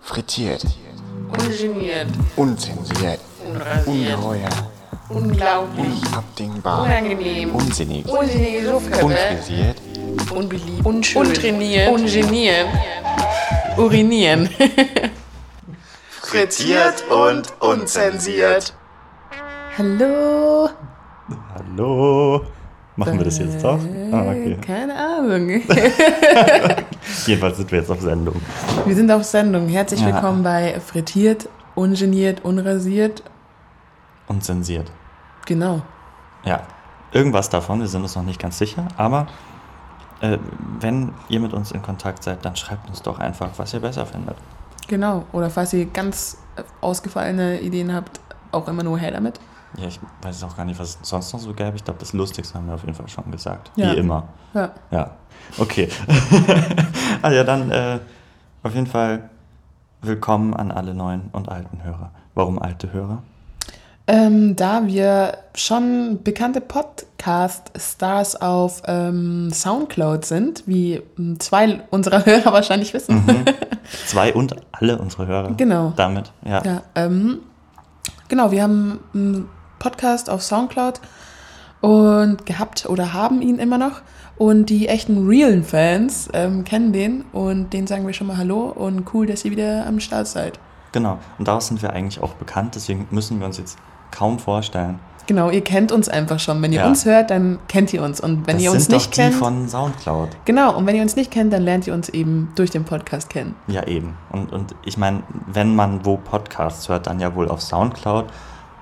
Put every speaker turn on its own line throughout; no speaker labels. Frittiert.
Ungeniert.
Unzensiert.
Unrasiert.
Ungeheuer.
Unglaublich.
Unabdingbar.
Unangenehm.
Unsinnig.
Unsinnige Suffköpfe.
Unfrisiert.
Unbeliebt. Unschön. Untrainiert. Ungeniert. Urinieren.
Frittiert und unzensiert.
Hallo.
Hallo. Machen wir das jetzt auch? Ah, okay.
Keine Ahnung.
Jedenfalls sind wir jetzt auf Sendung.
Wir sind auf Sendung. Herzlich
Ja.
willkommen bei Frittiert, Ungeniert, Unrasiert.
Und zensiert.
Genau.
Ja. Irgendwas davon, wir sind uns noch nicht ganz sicher, aber äh, wenn ihr mit uns in Kontakt seid, dann schreibt uns doch einfach, was ihr besser findet.
Genau. Oder falls ihr ganz ausgefallene Ideen habt, auch immer nur her damit.
Ja, ich weiß auch gar nicht, was es sonst noch so gäbe. Ich glaube, das Lustigste haben wir auf jeden Fall schon gesagt.
Ja.
Wie immer.
Ja.
Ja. Okay. ah ja, dann äh, auf jeden Fall willkommen an alle neuen und alten Hörer. Warum alte Hörer?
Ähm, da wir schon bekannte Podcast-Stars auf ähm, Soundcloud sind, wie ähm, zwei unserer Hörer wahrscheinlich wissen,
Mhm. Zwei und alle unsere Hörer.
Genau.
Damit, ja.
Ja, ähm, genau, wir haben einen Podcast auf Soundcloud und gehabt oder haben ihn immer noch. Und die echten realen Fans ähm, kennen den und denen sagen wir schon mal Hallo und cool, dass ihr wieder am Start seid.
Genau. Und daraus sind wir eigentlich auch bekannt, deswegen müssen wir uns jetzt kaum vorstellen.
Genau, ihr kennt uns einfach schon. Wenn ihr
Ja.
uns hört, dann kennt ihr uns. Und wenn
das
ihr uns
sind
nicht
doch die
kennt.
von Soundcloud.
genau, und wenn ihr uns nicht kennt, dann lernt ihr uns eben durch den Podcast kennen.
Ja, eben. Und, und ich meine, wenn man wo Podcasts hört, dann ja wohl auf Soundcloud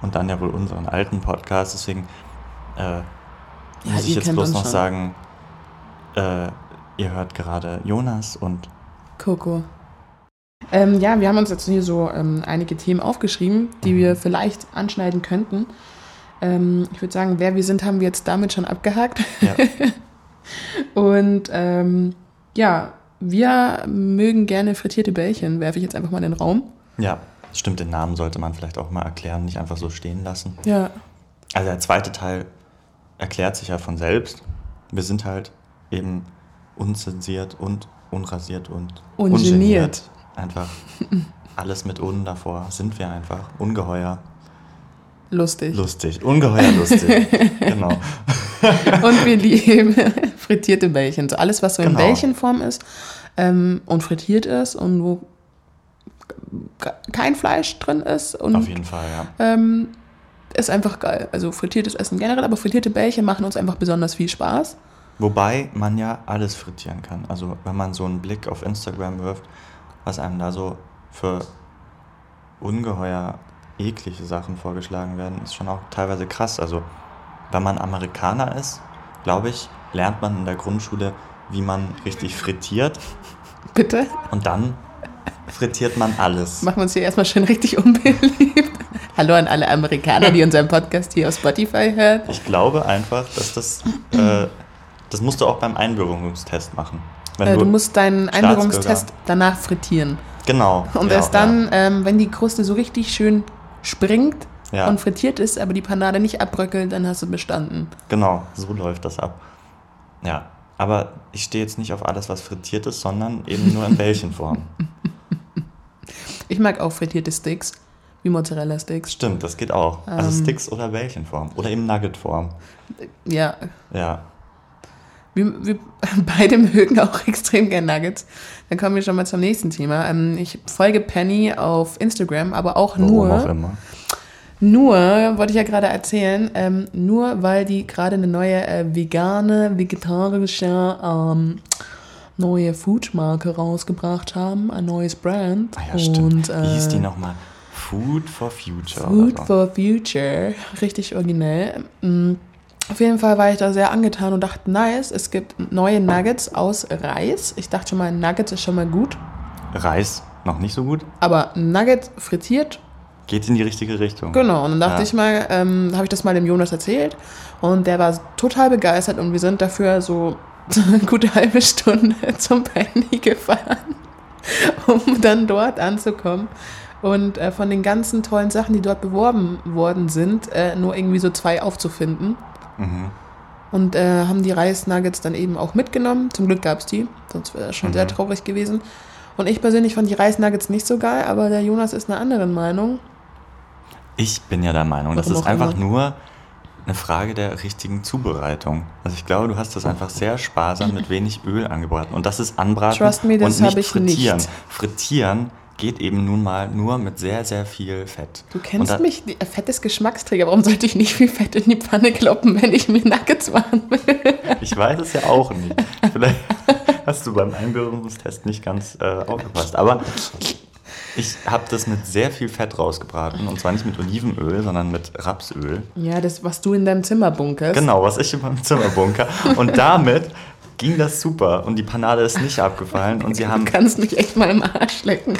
und dann ja wohl unseren alten Podcast. Deswegen äh, muss ich
ihr
jetzt
kennt
bloß
uns
noch
schon.
sagen, äh, ihr hört gerade Jonas und
Coco. Ähm, ja, wir haben uns jetzt hier so ähm, einige Themen aufgeschrieben,
Mhm.
die wir vielleicht anschneiden könnten. Ähm, ich würde sagen, wer wir sind, haben wir jetzt damit schon abgehakt.
ja,
Und ähm, ja, wir mögen gerne frittierte Bällchen, werfe ich jetzt einfach mal in den Raum.
ja, stimmt, den Namen sollte man vielleicht auch mal erklären, nicht einfach so stehen lassen.
Ja,
Also der zweite Teil erklärt sich ja von selbst. Wir sind halt eben unzensiert und unrasiert und
Ungeniert.
Einfach alles mit Un davor sind wir einfach ungeheuer
lustig.
lustig. Ungeheuer lustig. genau.
Und wir lieben frittierte Bällchen. So alles, was so in
Genau.
Bällchenform ist ähm, und frittiert ist und wo ke- kein Fleisch drin ist und
Auf jeden Fall, ja.
ähm, ist einfach geil. Also frittiertes Essen generell, aber frittierte Bällchen machen uns einfach besonders viel Spaß.
Wobei man ja alles frittieren kann. Also wenn man so einen Blick auf Instagram wirft, was einem da so für ungeheuer eklige Sachen vorgeschlagen werden, ist schon auch teilweise krass. Also wenn man Amerikaner ist, glaube ich, lernt man in der Grundschule, wie man richtig frittiert
Bitte,
und dann frittiert man alles.
machen wir uns hier erstmal schön richtig unbeliebt. Hallo an alle Amerikaner, die unseren Podcast hier auf Spotify hören.
Ich glaube einfach, dass das, äh, das musst du auch beim Einbürgerungstest machen. Wenn
Äh, du musst deinen
Staatsbürger.
Einbürgerungstest danach frittieren.
genau.
Und
ja,
erst dann, ähm, wenn die Kruste so richtig schön springt
Ja.
und frittiert ist, aber die Panade nicht abbröckelt, dann hast du bestanden.
Genau, so läuft das ab. Ja, aber ich stehe jetzt nicht auf alles, was frittiert ist, sondern eben nur in Bällchenform.
Ich mag auch frittierte Sticks, wie Mozzarella-Sticks.
Stimmt, das geht auch. Also
Ähm.
Sticks oder Bällchenform oder eben Nuggetform.
Ja,
Ja,
Wir, wir beide mögen auch extrem gern Nuggets. Dann kommen wir schon mal zum nächsten Thema. Ähm, Ich folge Penny auf Instagram, aber auch
warum auch
nur,
immer.
nur, wollte ich ja gerade erzählen, ähm, nur weil die gerade eine neue äh, vegane, vegetarische, ähm, neue Foodmarke rausgebracht haben, ein neues Brand.
Ah ja,
Und,
stimmt. Wie hieß die
äh,
nochmal? Food for Future.
Food
oder so.
for Future. Richtig originell. Mm. Auf jeden Fall war ich da sehr angetan und dachte, nice, es gibt neue Nuggets aus Reis. Ich dachte schon mal, Nuggets ist schon mal gut.
Reis, noch nicht so gut.
Aber Nuggets frittiert,
Geht in die richtige Richtung.
genau. Und dann dachte
Ja.
ich mal, ähm, habe ich das mal dem Jonas erzählt. Und der war total begeistert und wir sind dafür so eine gute halbe Stunde zum Penny gefahren, um dann dort anzukommen. Und äh, von den ganzen tollen Sachen, die dort beworben worden sind, äh, nur irgendwie so zwei aufzufinden.
Mhm.
Und
Mhm.
äh, haben die Reisnuggets dann eben auch mitgenommen. Zum Glück gab's die, sonst wäre das schon sehr traurig gewesen. Und ich persönlich fand die Reisnuggets nicht so geil, aber der Jonas ist einer anderen Meinung.
Ich bin ja der Meinung, das
Warum
ist
auch
einfach
immer.
nur eine Frage der richtigen Zubereitung. Also ich glaube, du hast das einfach sehr sparsam mit wenig Öl angebraten. Und das ist anbraten
Trust me, das
und nicht
habe ich nicht.
frittieren. Frittieren geht eben nun mal nur mit sehr, sehr viel Fett.
Du
Und
kennst
da-
mich, die- Fett ist Geschmacksträger. Warum sollte ich nicht viel Fett in die Pfanne kloppen, wenn ich mir Nuggets machen will?
Ich weiß es ja auch nicht. Vielleicht hast du beim Einbürgerungstest nicht ganz äh, aufgepasst. Aber ich habe das mit sehr viel Fett rausgebraten. Und zwar nicht mit Olivenöl, sondern mit Rapsöl.
Ja, das, was du in deinem Zimmer bunkerst.
Genau, was ich in meinem Zimmer bunker. Und damit ging das super. Und die Panade ist nicht abgefallen. Und sie
Also, Du
haben.
kannst mich echt mal im Arsch lecken.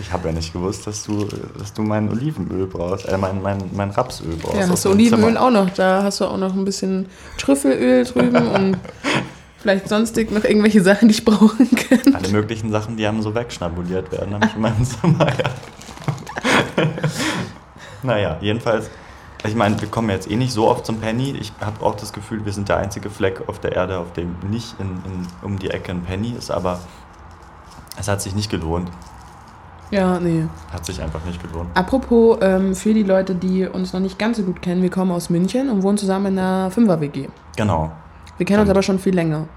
Ich habe ja nicht gewusst, dass du, dass du mein Olivenöl brauchst. Äh, mein, mein, mein Rapsöl brauchst.
Ja,
aus
hast du
dem
Olivenöl
Zimmer.
auch noch da? Hast du auch noch ein bisschen Trüffelöl drüben und vielleicht sonstig noch irgendwelche Sachen, die ich brauchen kann?
Alle möglichen Sachen, die haben so wegschnabuliert werden, habe ich in meinem Zimmer. Ja. naja, jedenfalls. Ich meine, wir kommen jetzt eh nicht so oft zum Penny. Ich habe auch das Gefühl, wir sind der einzige Fleck auf der Erde, auf dem nicht in, in, um die Ecke ein Penny ist. Aber es hat sich nicht gelohnt.
Ja, nee.
Hat sich einfach nicht gelohnt.
Apropos, ähm, für die Leute, die uns noch nicht ganz so gut kennen, wir kommen aus München und wohnen zusammen in einer Fünfer-WG.
Genau.
Wir kennen uns aber schon viel länger.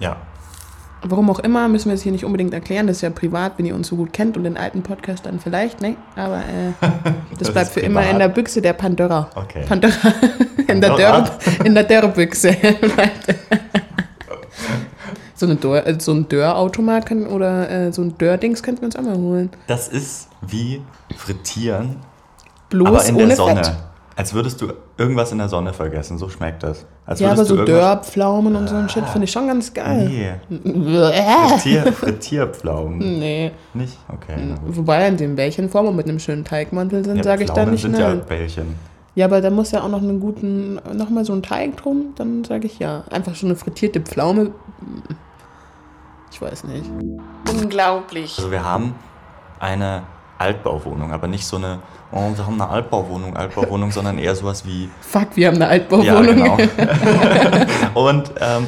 Ja.
Warum auch immer, müssen wir es hier nicht unbedingt erklären. Das ist ja privat, wenn ihr uns so gut kennt und den alten Podcast dann vielleicht, ne? Aber äh, das,
Das
bleibt
ist
für immer
privat.
in der Büchse der Pandora.
Okay.
Pandora. In der
Pandora?
Dörr, in der Dörrbüchse. so, eine Dörr, äh, so ein Dörrautomat können- oder äh, so ein Dörrdings könnten wir uns auch mal holen.
Das ist wie frittieren,
Bloß
aber in
ohne
der Sonne.
Fett.
Als würdest du irgendwas in der Sonne vergessen. So schmeckt das. Als
Ja, aber
würdest
so
du irgendwas-
Dörrpflaumen und so ein Shit finde ich schon ganz geil.
Nee.
Nee.
Frittier, Frittierpflaumen.
nee.
Nicht? Okay. na gut.
Wobei in dem Bällchenform und mit einem schönen Teigmantel sind,
Ja,
sage Hm. ich da
Pflaumen
nicht
sind
nein.
ja Bällchen.
Ja, aber da muss ja auch noch einen guten, nochmal so ein Teig drum, dann sage ich ja. Einfach so eine frittierte Pflaume. Ich weiß nicht. Unglaublich.
Also wir haben eine Altbauwohnung, aber nicht so eine, oh, wir haben eine Altbauwohnung, Altbauwohnung, sondern eher sowas wie
Fuck, wir haben eine Altbauwohnung.
genau. und ähm,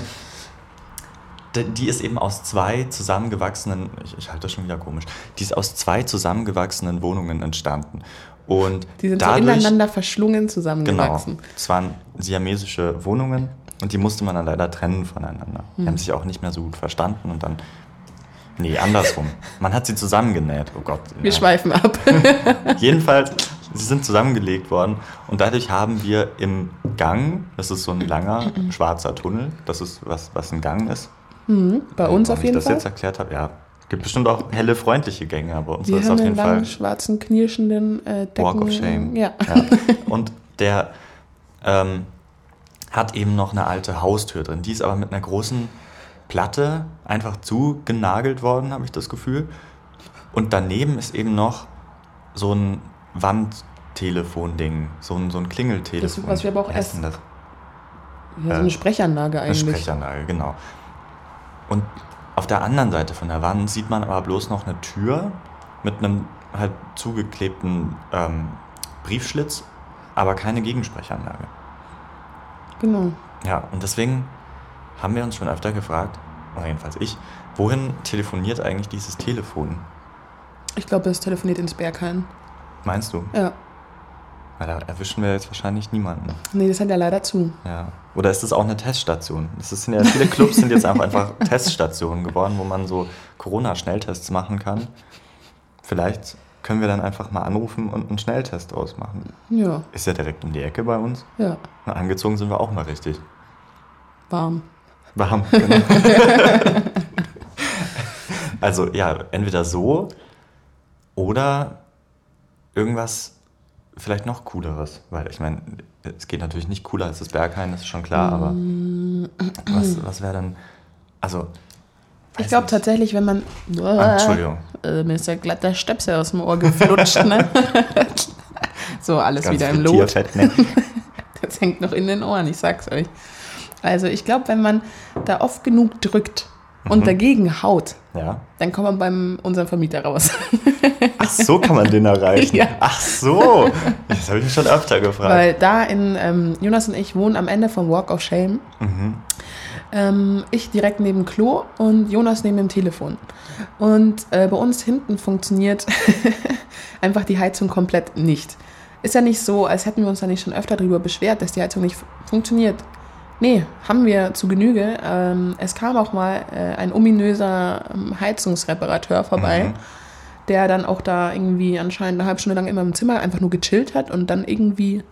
d- die ist eben aus zwei zusammengewachsenen, ich, ich halte das schon wieder komisch, die ist aus zwei zusammengewachsenen Wohnungen entstanden. Und
Die sind so
dadurch,
ineinander verschlungen
genau,
zusammengewachsen.
es waren siamesische Wohnungen und die musste man dann leider trennen voneinander.
Hm.
Die haben sich auch nicht mehr so gut verstanden und dann, nee, andersrum. man hat sie zusammengenäht, oh Gott.
Wir
ja.
schweifen ab.
Jedenfalls, sie sind zusammengelegt worden und dadurch haben wir im Gang, das ist so ein langer schwarzer Tunnel, das ist was, was ein Gang ist.
Bei uns auf
Wenn
jeden
ich das
Fall.
jetzt erklärt habe, ja. Gibt bestimmt auch helle, freundliche Gänge, aber uns
Wir
ist
haben
auf
einen
jeden
langen,
Fall.
schwarzen, knirschenden äh, Decken.
Walk of Shame.
Ja.
Und der ähm, hat eben noch eine alte Haustür drin. Die ist aber mit einer großen Platte einfach zugenagelt worden, habe ich das Gefühl. Und daneben ist eben noch so ein Wandtelefon-Ding, so ein, so ein Klingeltelefon.
Das, was wir aber auch
Wie heißt denn das?
ja, so eine Sprechanlage
Eine
eigentlich.
Sprechanlage, genau. Und auf der anderen Seite von der Wand sieht man aber bloß noch eine Tür mit einem halt zugeklebten ähm, Briefschlitz, aber keine Gegensprechanlage.
Genau.
Ja, und deswegen haben wir uns schon öfter gefragt, oder jedenfalls ich, wohin telefoniert eigentlich dieses Telefon?
Ich glaube, es telefoniert ins Berghain.
Meinst du?
Ja.
Weil da erwischen wir jetzt wahrscheinlich niemanden.
Nee, das hat ja leider zu.
Ja. Oder ist das auch eine Teststation? Das sind ja, viele Clubs sind jetzt auch einfach Teststationen geworden, wo man so Corona-Schnelltests machen kann. Vielleicht können wir dann einfach mal anrufen und einen Schnelltest ausmachen.
Ja,
Ist ja direkt um die Ecke bei uns.
ja.
Na, angezogen sind wir auch mal richtig.
Warm.
Warm, genau. also ja, entweder so oder irgendwas vielleicht noch cooleres. Weil ich meine, es geht natürlich nicht cooler als das Berghain, das ist schon klar, aber
Mm.
was, was wäre dann. Also.
Ich
weiß
glaube
nicht.
tatsächlich, wenn man.
Ah, Entschuldigung.
Äh, mir ist ja glatt der Stöpsel aus dem Ohr geflutscht, ne? so, alles wieder im Lot.
frittierfett, ne?
Das hängt noch in den Ohren, ich sag's euch. Also, ich glaube, wenn man da oft genug drückt und
Mhm.
dagegen haut,
Ja.
dann kommt man beim unserem Vermieter raus.
Ach, so kann man den erreichen.
Ja.
Ach so. Das habe ich mich schon öfter gefragt.
Weil da in ähm, Jonas und ich wohnen am Ende vom Walk of Shame. Ähm, ich direkt neben Klo und Jonas neben dem Telefon. Und äh, bei uns hinten funktioniert einfach die Heizung komplett nicht. Ist ja nicht so, als hätten wir uns da nicht schon öfter darüber beschwert, dass die Heizung nicht fu- funktioniert. Nee, haben wir zu Genüge. Ähm, es kam auch mal äh, ein ominöser ähm, Heizungsreparateur vorbei,
Mhm.
der dann auch da irgendwie anscheinend eine halbe Stunde lang immer im Zimmer einfach nur gechillt hat und dann irgendwie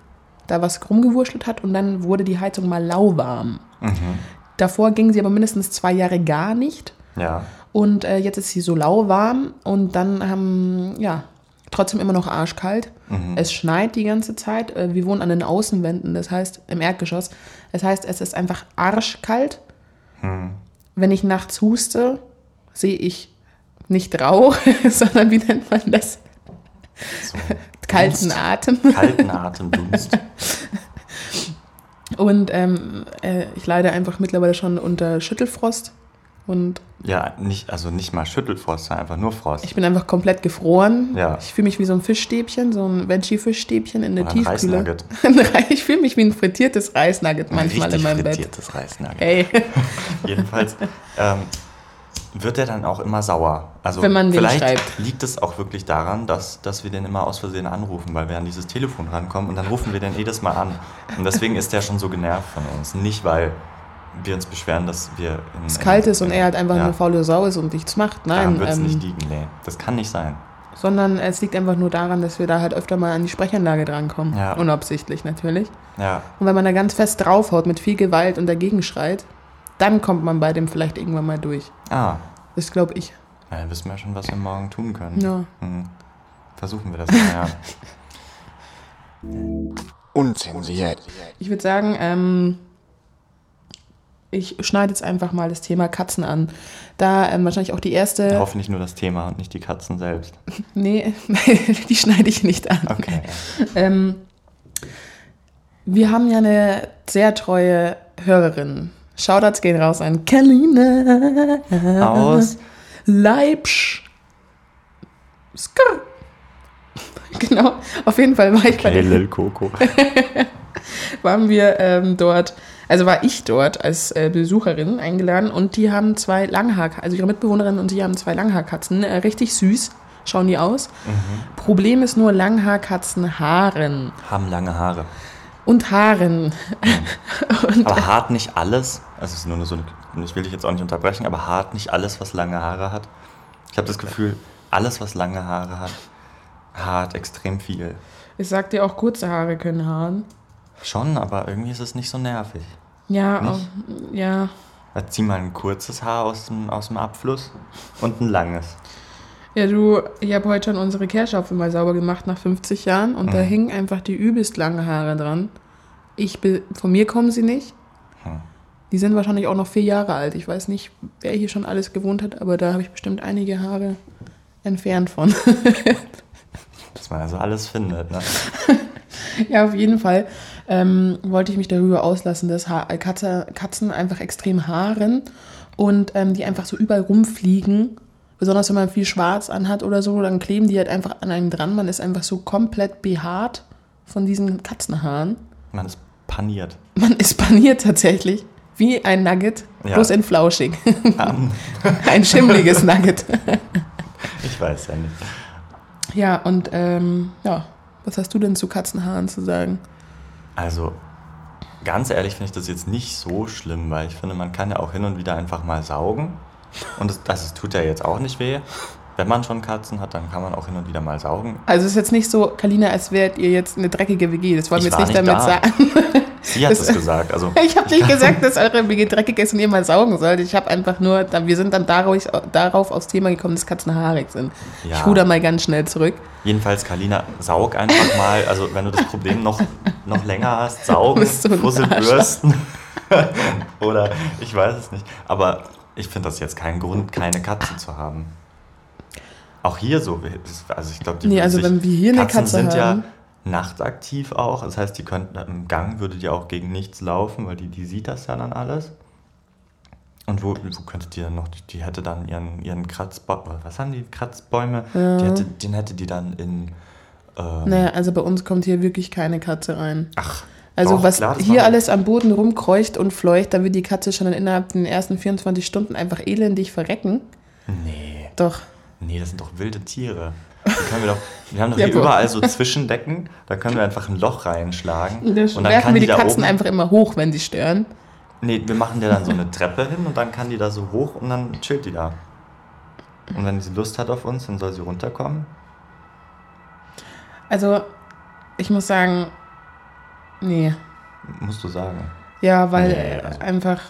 da was rumgewurschtelt hat und dann wurde die Heizung mal lauwarm.
Mhm.
Davor ging sie aber mindestens zwei Jahre gar nicht.
Ja.
Und äh, jetzt ist sie so lauwarm und dann haben, ja, trotzdem immer noch arschkalt. Es schneit die ganze Zeit. Äh, wir wohnen an den Außenwänden, das heißt im Erdgeschoss. Das heißt, es ist einfach arschkalt. Wenn ich nachts huste, sehe ich nicht rau, sondern wie nennt man das?
So.
Kalten Atem.
Kalten Atemdunst.
Und ähm, äh, ich leide einfach mittlerweile schon unter Schüttelfrost. Und
Ja, nicht, also nicht mal Schüttelfrost, sondern einfach nur Frost.
Ich bin einfach komplett gefroren.
Ja.
Ich fühle mich wie so ein Fischstäbchen, so ein Veggie-Fischstäbchen in der
Oder ein
Tiefkühle.
Reisnugget.
ich fühle mich wie ein frittiertes Reisnugget manchmal
Richtig
in meinem Bett.
frittiertes Reisnagel.
Ey,
Jedenfalls ähm, wird er dann auch immer sauer. Also
Wenn man den
vielleicht
schreibt.
liegt es auch wirklich daran, dass, dass wir den immer aus Versehen anrufen, weil wir an dieses Telefon rankommen und dann rufen wir den jedes Mal an. Und deswegen ist der schon so genervt von uns. Nicht, weil wir uns beschweren, dass wir... In,
es kalt ist und er halt einfach
ja,
eine faule Sau ist und nichts macht.
Daran
Nein,
wird es
ähm,
nicht liegen, nee. Das kann nicht sein.
sondern es liegt einfach nur daran, dass wir da halt öfter mal an die Sprechanlage drankommen.
Ja.
Unabsichtlich natürlich.
Ja,
Und wenn man da ganz fest draufhaut mit viel Gewalt und dagegen schreit, dann kommt man bei dem vielleicht irgendwann mal durch.
ah,
Das glaube ich.
na, dann wissen wir schon, was wir morgen tun können.
Ja.
Hm. Versuchen wir das mal, ja.
Unzensiert.
Ich würde sagen, ähm, ich schneide jetzt einfach mal das Thema Katzen an. Da ähm, wahrscheinlich auch die erste.
Hoffentlich nur das Thema und nicht die Katzen selbst.
Nee, die schneide ich nicht an.
Okay.
Ähm, wir haben ja eine sehr treue Hörerin. Shoutouts gehen raus an Kaline
Aus.
Leibsch. Skrr. Genau, auf jeden Fall war ich bei
Hey,
der
Lil Coco.
waren wir ähm, dort, also war ich dort als äh, Besucherin eingeladen und die haben zwei Langhaar, also ihre Mitbewohnerin und die haben zwei Langhaarkatzen, äh, richtig süß schauen die aus. Problem ist nur Langhaarkatzen Haaren
Haben lange Haare.
und Haaren. und
Aber hart nicht alles. Also es ist nur so eine, ich will dich jetzt auch nicht unterbrechen, aber hart nicht alles, was lange Haare hat. Ich habe das Gefühl, alles, was lange Haare hat, hart extrem viel.
ich sag dir auch kurze Haare können Haaren.
Schon, aber irgendwie ist es nicht so nervig.
Ja,
Nicht?
auch, ja.
Also zieh mal ein kurzes Haar aus dem, aus dem Abfluss und ein langes.
Ja, du, ich habe heute schon unsere Kehrschaufel mal sauber gemacht nach 50 Jahren und da hingen einfach die übelst langen Haare dran. Ich be- von mir kommen sie nicht.
Hm.
Die sind wahrscheinlich auch noch vier Jahre alt. Ich weiß nicht, wer hier schon alles gewohnt hat, aber da habe ich bestimmt einige Haare entfernt von.
Dass man also alles findet. Ne?
ja, auf jeden Fall ähm, wollte ich mich darüber auslassen, dass ha äh, Katze, Katzen einfach extrem haaren und ähm, die einfach so überall rumfliegen. Besonders wenn man viel Schwarz anhat oder so, dann kleben die halt einfach an einem dran. Man ist einfach so komplett behaart von diesen Katzenhaaren.
Man ist paniert.
Man ist paniert tatsächlich. Wie ein Nugget,
Ja.
bloß in flauschig.
Ähm,
ein schimmeliges Nugget.
ich weiß ja nicht.
Ja, und ähm, ja, was hast du denn zu Katzenhaaren zu sagen?
Also, ganz ehrlich finde ich das jetzt nicht so schlimm, weil ich finde, man kann ja auch hin und wieder einfach mal saugen. Und das, das es tut ja jetzt auch nicht weh. Wenn man schon Katzen hat, dann kann man auch hin und wieder mal saugen.
Also es ist jetzt nicht so, Kalina, als wärt ihr jetzt eine dreckige WG. Das wollen wir
Ich
jetzt
war
nicht
nicht
damit
da.
sagen.
Sie hat
Das-
es gesagt. Also,
Ich habe nicht gesagt, dass eure WG dreckig ist und ihr mal saugen sollt. Ich habe einfach nur, da- wir sind dann darauf, darauf aufs Thema gekommen, dass Katzen haarig sind.
Ja.
Ich ruder mal ganz schnell zurück.
jedenfalls, Kalina, saug einfach mal. Also, wenn du das Problem noch, noch länger hast, saugen,
Bist du ein
Fusselbürsten. Oder ich weiß es nicht. Aber ich finde das jetzt keinen Grund, keine Katze zu haben. Auch hier so. Also, ich glaube, die
Nee,
würden
also
sich-
wenn wir hier eine
Katzen
Katze
sind
haben.
ja nachtaktiv auch. Das heißt, die könnten im Gang würde die auch gegen nichts laufen, weil die, die sieht das ja dann alles. Und wo, wo könnte die dann noch, die hätte dann ihren, ihren Kratzbaum, was haben die, Kratzbäume? Die hätte, den hätte die dann in, ähm,
Naja, also bei uns kommt hier wirklich keine Katze rein.
ach,
Also
Doch,
was
klar, das
hier
machen wir.
alles am Boden rumkreucht und fleucht, da wird die Katze schon innerhalb den ersten 24 Stunden einfach elendig verrecken.
Nee.
Doch,
Nee, das sind doch wilde Tiere. Da können wir, doch, wir haben doch
Ja,
hier
aber-
überall so Zwischendecken, da können wir einfach ein Loch reinschlagen.
da
Und dann
werfen
kann
wir die
die da
Katzen
oben.
einfach immer hoch, wenn sie stören.
Nee, wir machen der dann so eine Treppe hin und dann kann die da so hoch und dann chillt die da. Und wenn sie Lust hat auf uns, dann soll sie runterkommen.
Also, ich muss sagen, nee.
Musst du sagen.
Ja, weil
Nee,
äh,
also-
einfach,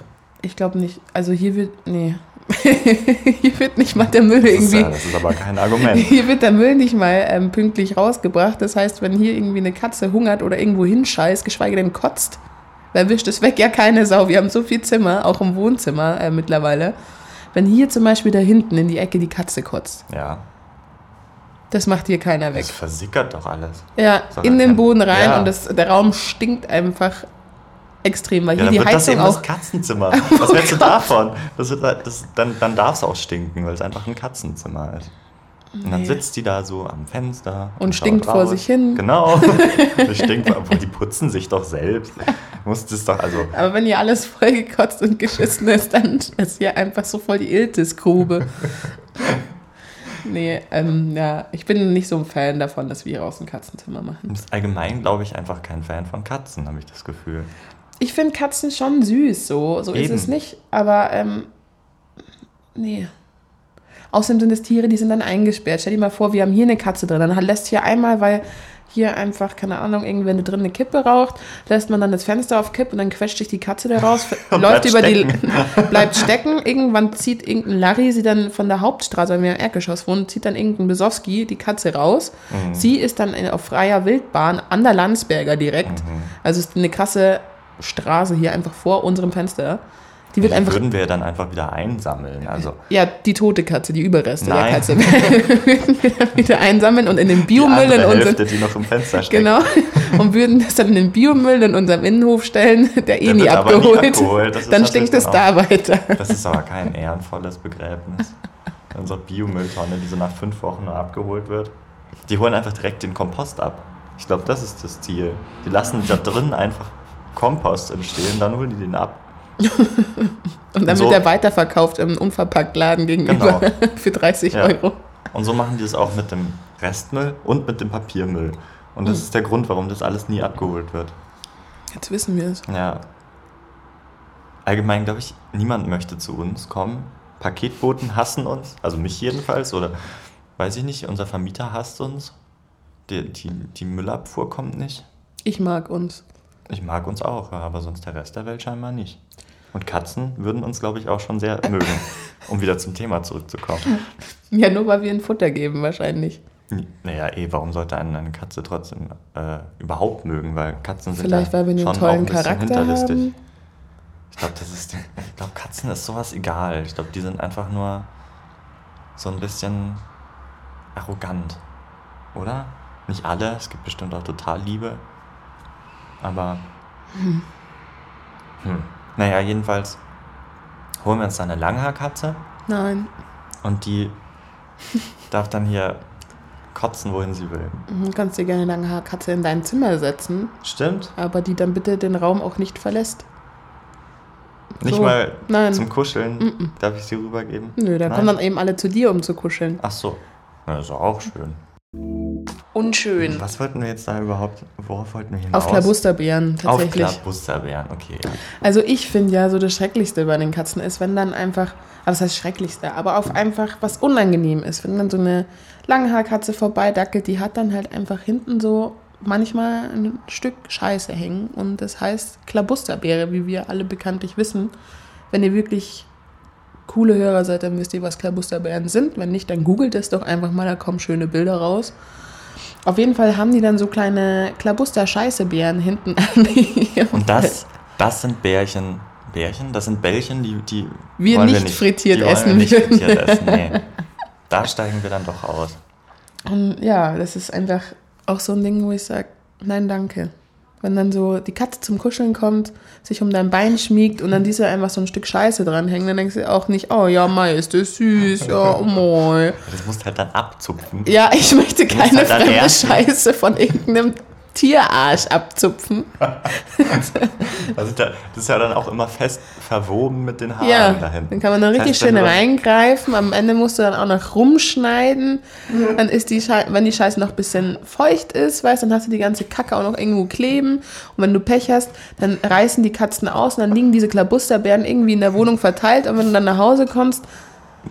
ich glaube nicht, also hier wird, nee. hier wird nicht mal der Müll
Das ist,
irgendwie.
ja, das ist aber kein Argument.
Hier wird der Müll nicht mal ähm, pünktlich rausgebracht. Das heißt, wenn hier irgendwie eine Katze hungert oder irgendwo hinscheißt, geschweige denn kotzt, dann wischt es weg ja keine Sau. Wir haben so viel Zimmer, auch im Wohnzimmer äh, mittlerweile. Wenn hier zum Beispiel da hinten in die Ecke die Katze kotzt,
Ja,
das macht hier keiner weg.
das versickert doch alles.
Ja,
Sondern
in den
kein-
Boden rein
Ja.
und das, der Raum stinkt einfach extrem, weil hier
Ja, dann
die
wird das
Heizung
eben
auch. Oh
das Katzenzimmer. Was willst du davon? Das wird, halt- das, dann dann darf es auch stinken, weil es einfach ein Katzenzimmer ist. Und dann
Nee.
sitzt die da so am Fenster.
Und
schaut
stinkt vor sich hin.
Genau. Das stinkt, obwohl die putzen sich doch selbst. Muss das doch, also.
Aber wenn hier alles vollgekotzt und geschissen ist, dann ist hier einfach so voll die Iltis-Grube. nee, ähm, ja, ich bin nicht so ein Fan davon, dass wir hier aus dem Katzenzimmer machen.
Du bist allgemein, glaube ich, einfach kein Fan von Katzen, habe ich das Gefühl.
Ich finde Katzen schon süß, so, so ist
Eben.
es nicht, aber ähm, nee. Außerdem sind es Tiere, die sind dann eingesperrt. Stell dir mal vor, wir haben hier eine Katze drin. Dann lässt hier einmal, weil hier einfach, keine Ahnung, irgendwie, wenn du drin eine Kippe raucht, lässt man dann das Fenster auf Kipp und dann quetscht sich die Katze da raus, läuft
bleibt
über die, bleibt stecken. Irgendwann zieht irgendein Larry sie dann von der Hauptstraße, weil wir im Erdgeschoss wohnen, zieht dann irgendein Besowski die Katze raus.
Mhm.
Sie ist dann in, auf freier Wildbahn an der Landsberger direkt.
Mhm.
Also es ist eine krasse Straße hier einfach vor unserem Fenster. Die wird
Die
einfach
würden wir dann einfach wieder einsammeln. Also,
ja, die tote Katze, die Überreste
Nein.
der Katze. würden wir dann wieder einsammeln und in den
die
Biomüll in
andere
unserem
Hälfte, die noch im Fenster steckt.
genau und würden das dann in den Biomüll in unserem Innenhof stellen, der eh
Der
nie
wird aber nie
abgeholt.
abgeholt. Das ist
Dann stinkt
natürlich genau-
es da weiter.
Das ist aber kein ehrenvolles Begräbnis. Unsere Biomülltonne, die so nach fünf Wochen nur abgeholt wird. Die holen einfach direkt den Kompost ab. Ich glaube, das ist das Ziel. Die lassen da drin einfach Kompost entstehen, dann holen die den ab.
Und dann
So. Genau.
wird er weiterverkauft im Unverpacktladen gegenüber für 30
Ja.
Euro.
Und so machen die das auch mit dem Restmüll und mit dem Papiermüll. Und
Hm.
das ist der Grund, warum das alles nie abgeholt wird.
Jetzt wissen wir es.
Ja. Allgemein glaube ich, niemand möchte zu uns kommen. Paketboten hassen uns, also mich jedenfalls, oder weiß ich nicht, unser Vermieter hasst uns. Die, die, die Müllabfuhr kommt nicht.
Ich mag uns.
Ich mag uns auch, aber sonst der Rest der Welt scheinbar nicht. Und Katzen würden uns, glaube ich, auch schon sehr mögen, um wieder zum Thema zurückzukommen.
Ja, nur weil wir ihnen Futter geben wahrscheinlich.
Naja, eh, warum sollte einen eine Katze trotzdem äh, überhaupt mögen? Weil Katzen sind
Vielleicht,
ja
weil wir einen
schon auch ein
tollen
bisschen
Charakter
hinterlistig.
haben.
Ich glaube, das ist. Ich glaube, Katzen ist sowas egal. Ich glaube, die sind einfach nur so ein bisschen arrogant. Oder? Nicht alle, es gibt bestimmt auch total Liebe. Aber. Hm. Naja, jedenfalls holen wir uns dann eine Langhaarkatze
Nein,
und die darf dann hier kotzen, wohin sie will.
du mhm, kannst dir gerne lange Haarkatze in dein Zimmer setzen,
Stimmt?
aber die dann bitte den Raum auch nicht verlässt.
Nicht
So.
mal
Nein.
zum Kuscheln. Darf ich sie rübergeben?
Nö, da
Nein?
kommen dann eben alle zu dir, um zu kuscheln.
Ach so. Na, ist doch auch schön.
Unschön.
Was wollten wir jetzt da überhaupt, worauf wollten wir hinaus?
Auf Klabusterbeeren,
Auf
tatsächlich.
Klabusterbeeren, okay. ja.
also ich finde ja, so das Schrecklichste bei den Katzen ist, wenn dann einfach, was heißt Schrecklichste, aber auf einfach was unangenehm ist. Wenn dann so eine Langhaarkatze vorbeidackelt, die hat dann halt einfach hinten so manchmal ein Stück Scheiße hängen. Und das heißt Klabusterbeere, wie wir alle bekanntlich wissen. Wenn ihr wirklich coole Hörer seid, dann wisst ihr, was Klabusterbeeren sind. Wenn nicht, dann googelt es doch einfach mal, da kommen schöne Bilder raus. Auf jeden Fall haben die dann so kleine Klabuster-Scheiße-Beeren hinten an ihrem
Und das, das sind Bärchen. Bärchen? Das sind Bällchen, die, die
Wir
wollen
nicht frittiert
die wollen
essen
wir nicht
würden.
frittiert essen. Nee. Da steigen wir dann doch aus.
Und ja, das ist einfach auch so ein Ding, wo ich sage, nein, danke. Wenn dann so die Katze zum Kuscheln kommt, sich um dein Bein schmiegt und dann dieser einfach so ein Stück Scheiße dranhängt, dann denkst du auch nicht, oh ja, Mai, ist das süß, ja, oh moi.
Das musst du halt dann abzupfen.
Ja, ich möchte
Wenn es
keine
halt dann
fremde
ernst-
Scheiße von irgendeinem Tierarsch abzupfen.
Also da, das ist ja dann auch immer fest verwoben mit den Haaren
Ja,
da hinten.
dann kann man da
Das
richtig
heißt, wenn
schön
du dann-
reingreifen. Am Ende musst du dann auch noch rumschneiden. Dann ist die Schei wenn die Scheiße noch ein bisschen feucht ist, weißt, dann hast du die ganze Kacke auch noch irgendwo kleben. Und wenn du Pech hast, dann reißen die Katzen aus und dann liegen diese Klabusterbeeren irgendwie in der Wohnung verteilt. Und wenn du dann nach Hause kommst,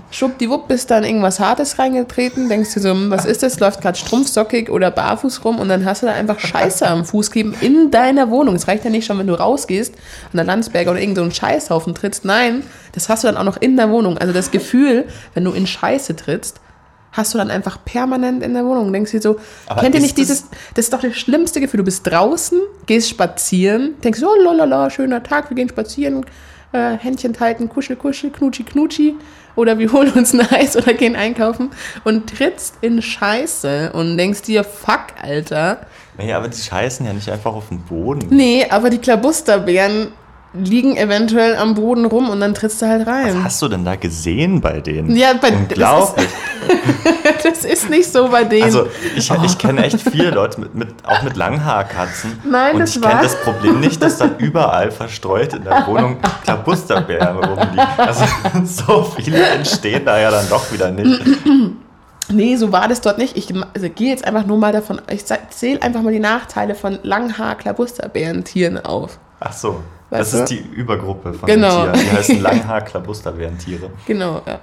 schwuppdiwupp bist dann irgendwas Hartes reingetreten, denkst dir so, hm, was ist das, läuft gerade strumpfsockig oder barfuß rum und dann hast du da einfach Scheiße am Fuß kleben in deiner Wohnung. Es reicht ja nicht schon, wenn du rausgehst und der Landsberger oder irgend so einen Scheißhaufen trittst. Nein, das hast du dann auch noch in der Wohnung. Also das Gefühl, wenn du in Scheiße trittst, hast du dann einfach permanent in der Wohnung. Denkst dir so,
Aber
kennt ihr
ist
nicht
das-
dieses, das ist doch das schlimmste Gefühl. Du bist draußen, gehst spazieren, denkst so, oh, lalala, schöner Tag, wir gehen spazieren, äh, Händchen halten, kuschel, kuschel, knutschi, knutschi. Oder wir holen uns ein Eis oder gehen einkaufen und trittst in Scheiße und denkst dir, fuck, Alter.
Nee, aber die scheißen ja nicht einfach auf den Boden.
Nee, aber die Klabusterbeeren liegen eventuell am Boden rum und dann trittst du halt
Was
rein.
hast du denn da gesehen bei denen?
Ja, bei- das ist-
Unglaublich.
Das ist nicht so bei denen.
Also ich, ich kenne echt viele Leute, mit, mit, auch mit Langhaarkatzen.
Nein,
und
das
ich kenne
war-
das Problem nicht, dass dann überall verstreut in der Wohnung Klabusterbären rumliegen. Also so viele entstehen da ja dann doch wieder nicht.
Nee, so war das dort nicht. Ich ma- also, gehe jetzt einfach nur mal davon, ich zähle einfach mal die Nachteile von Langhaar-Klabusterbärentieren auf.
Ach so.
Weißt
das ist
du?
die Übergruppe von
Genau.
den Tieren. Die heißen Langhaar-Klabusterbärentiere.
Genau, ja.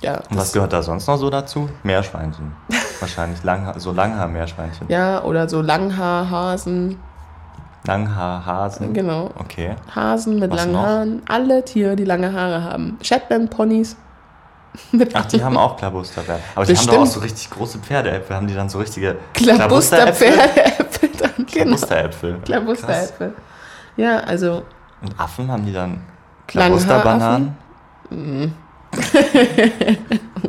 Ja,
Und was
das,
gehört da sonst noch so dazu? Meerschweinchen. Wahrscheinlich Langha so Langhaar-Meerschweinchen.
ja oder so Langhaar-Hasen,
Langhaar-Hasen.
genau.
Okay.
Hasen mit
Was
langen
noch?
Haaren. Alle Tiere, die lange Haare haben. Shetland-Ponys. Mit
Ach, die haben auch Klabusterbären. Aber die haben doch auch
Bestimmt.
so richtig große Pferdeäpfel. Haben die dann so richtige
Klabusterpferdeäpfel. dann, Genau.
Klabusteräpfel. Krass.
Klabusteräpfel. Ja, also
Und Affen haben die dann
Langhaaraffen?
Klabusterbananen?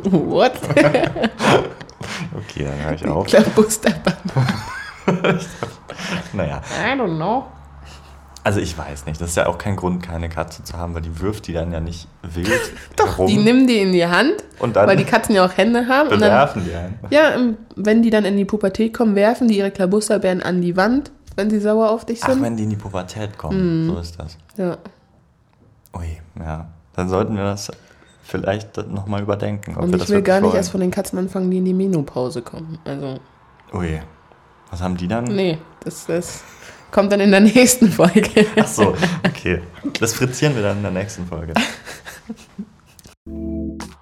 what?
Okay, dann höre ich auf.
Klabusterbananen.
Naja,
I don't know.
also ich weiß nicht. Das ist ja auch kein Grund, keine Katze zu haben, weil die wirft die dann ja nicht wild
Doch,
rum.
die nimm die in die Hand,
Und dann-
weil die Katzen ja auch Hände haben. Und dann
Bewerfen die einen.
Ja, ähm, wenn die dann in die Pubertät kommen, werfen die ihre Klabusterbeeren an die Wand, wenn Mhm. sie sauer auf dich
Ach,
sind.
wenn die in die Pubertät kommen, so ist das.
ja.
Ui, ja. Dann sollten wir das vielleicht nochmal überdenken. Ob
Und
wir
ich
das
will
wirklich
gar nicht
wollen.
erst von den Katzen anfangen, die in die Menopause kommen. Also,
Ui, was haben die dann?
nee, das, das kommt dann in der nächsten Folge.
Ach so, okay. Das fritzieren wir dann in der nächsten Folge.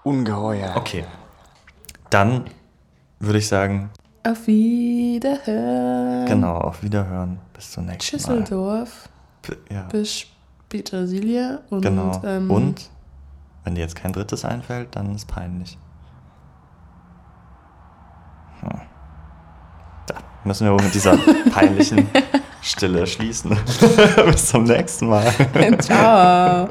Ungeheuer.
Okay. Dann würde ich sagen,
Auf Wiederhören.
genau, auf Wiederhören. Bis zum nächsten Mal.
Schüsseldorf
P- Ja.
bis Petersilie und.
Genau.
Ähm,
Und wenn dir jetzt kein drittes einfällt, dann ist peinlich. Hm. Da müssen wir wohl mit dieser peinlichen Stille schließen. Bis zum nächsten Mal.
Ciao.